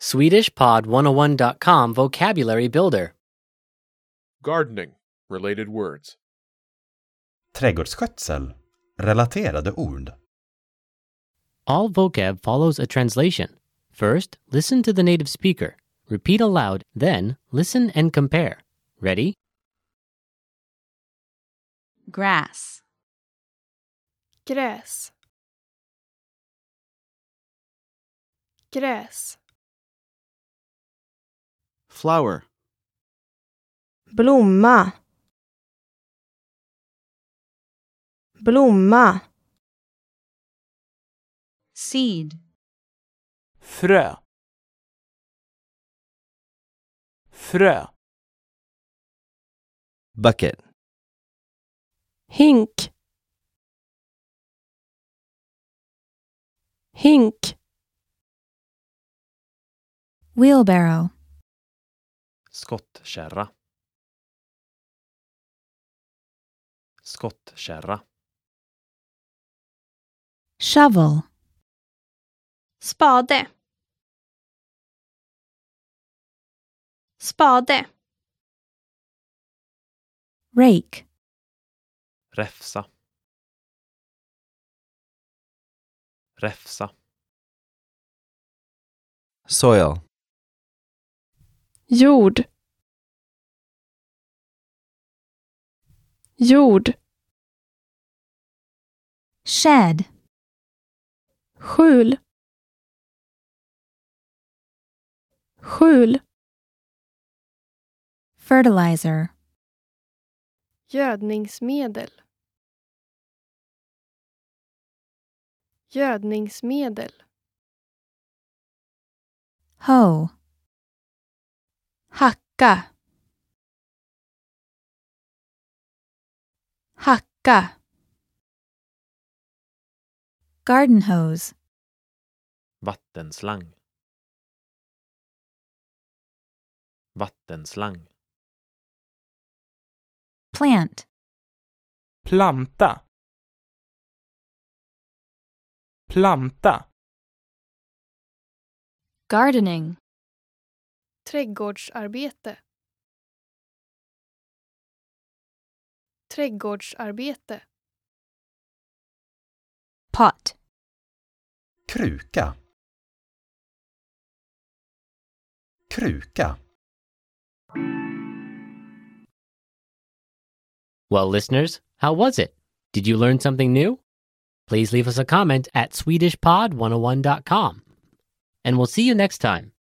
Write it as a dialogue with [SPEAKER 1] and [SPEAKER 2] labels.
[SPEAKER 1] SwedishPod101.com Vocabulary Builder.
[SPEAKER 2] Gardening. Related words.
[SPEAKER 3] Trädgårdsskötsel. Relaterade ord.
[SPEAKER 1] All vocab follows a translation. First, listen to the native speaker. Repeat aloud, then, listen and compare. Ready?
[SPEAKER 4] grass,
[SPEAKER 5] gräs gräs
[SPEAKER 6] flower,
[SPEAKER 5] blomma blomma
[SPEAKER 4] seed,
[SPEAKER 7] frö frö
[SPEAKER 6] bucket,
[SPEAKER 8] hink hink wheelbarrow
[SPEAKER 9] Skottkärra. Skottkärra.
[SPEAKER 8] shovel
[SPEAKER 5] spade spade
[SPEAKER 8] rake
[SPEAKER 9] Räfsa. Räfsa.
[SPEAKER 6] soil,
[SPEAKER 8] jord jord shed skjul skjul fertilizer
[SPEAKER 5] gödningsmedel gödningsmedel
[SPEAKER 8] hoe hacka hacka garden hose
[SPEAKER 9] Vattenslang. Vattenslang.
[SPEAKER 8] plant
[SPEAKER 7] planta planta
[SPEAKER 8] gardening
[SPEAKER 5] trädgårdsarbete trädgårdsarbete
[SPEAKER 8] pot
[SPEAKER 3] Kruka. Kruka.
[SPEAKER 1] Well, listeners, how was it? Did you learn something new? oh Please leave us a comment at SwedishPod101.com. And we'll see you next time.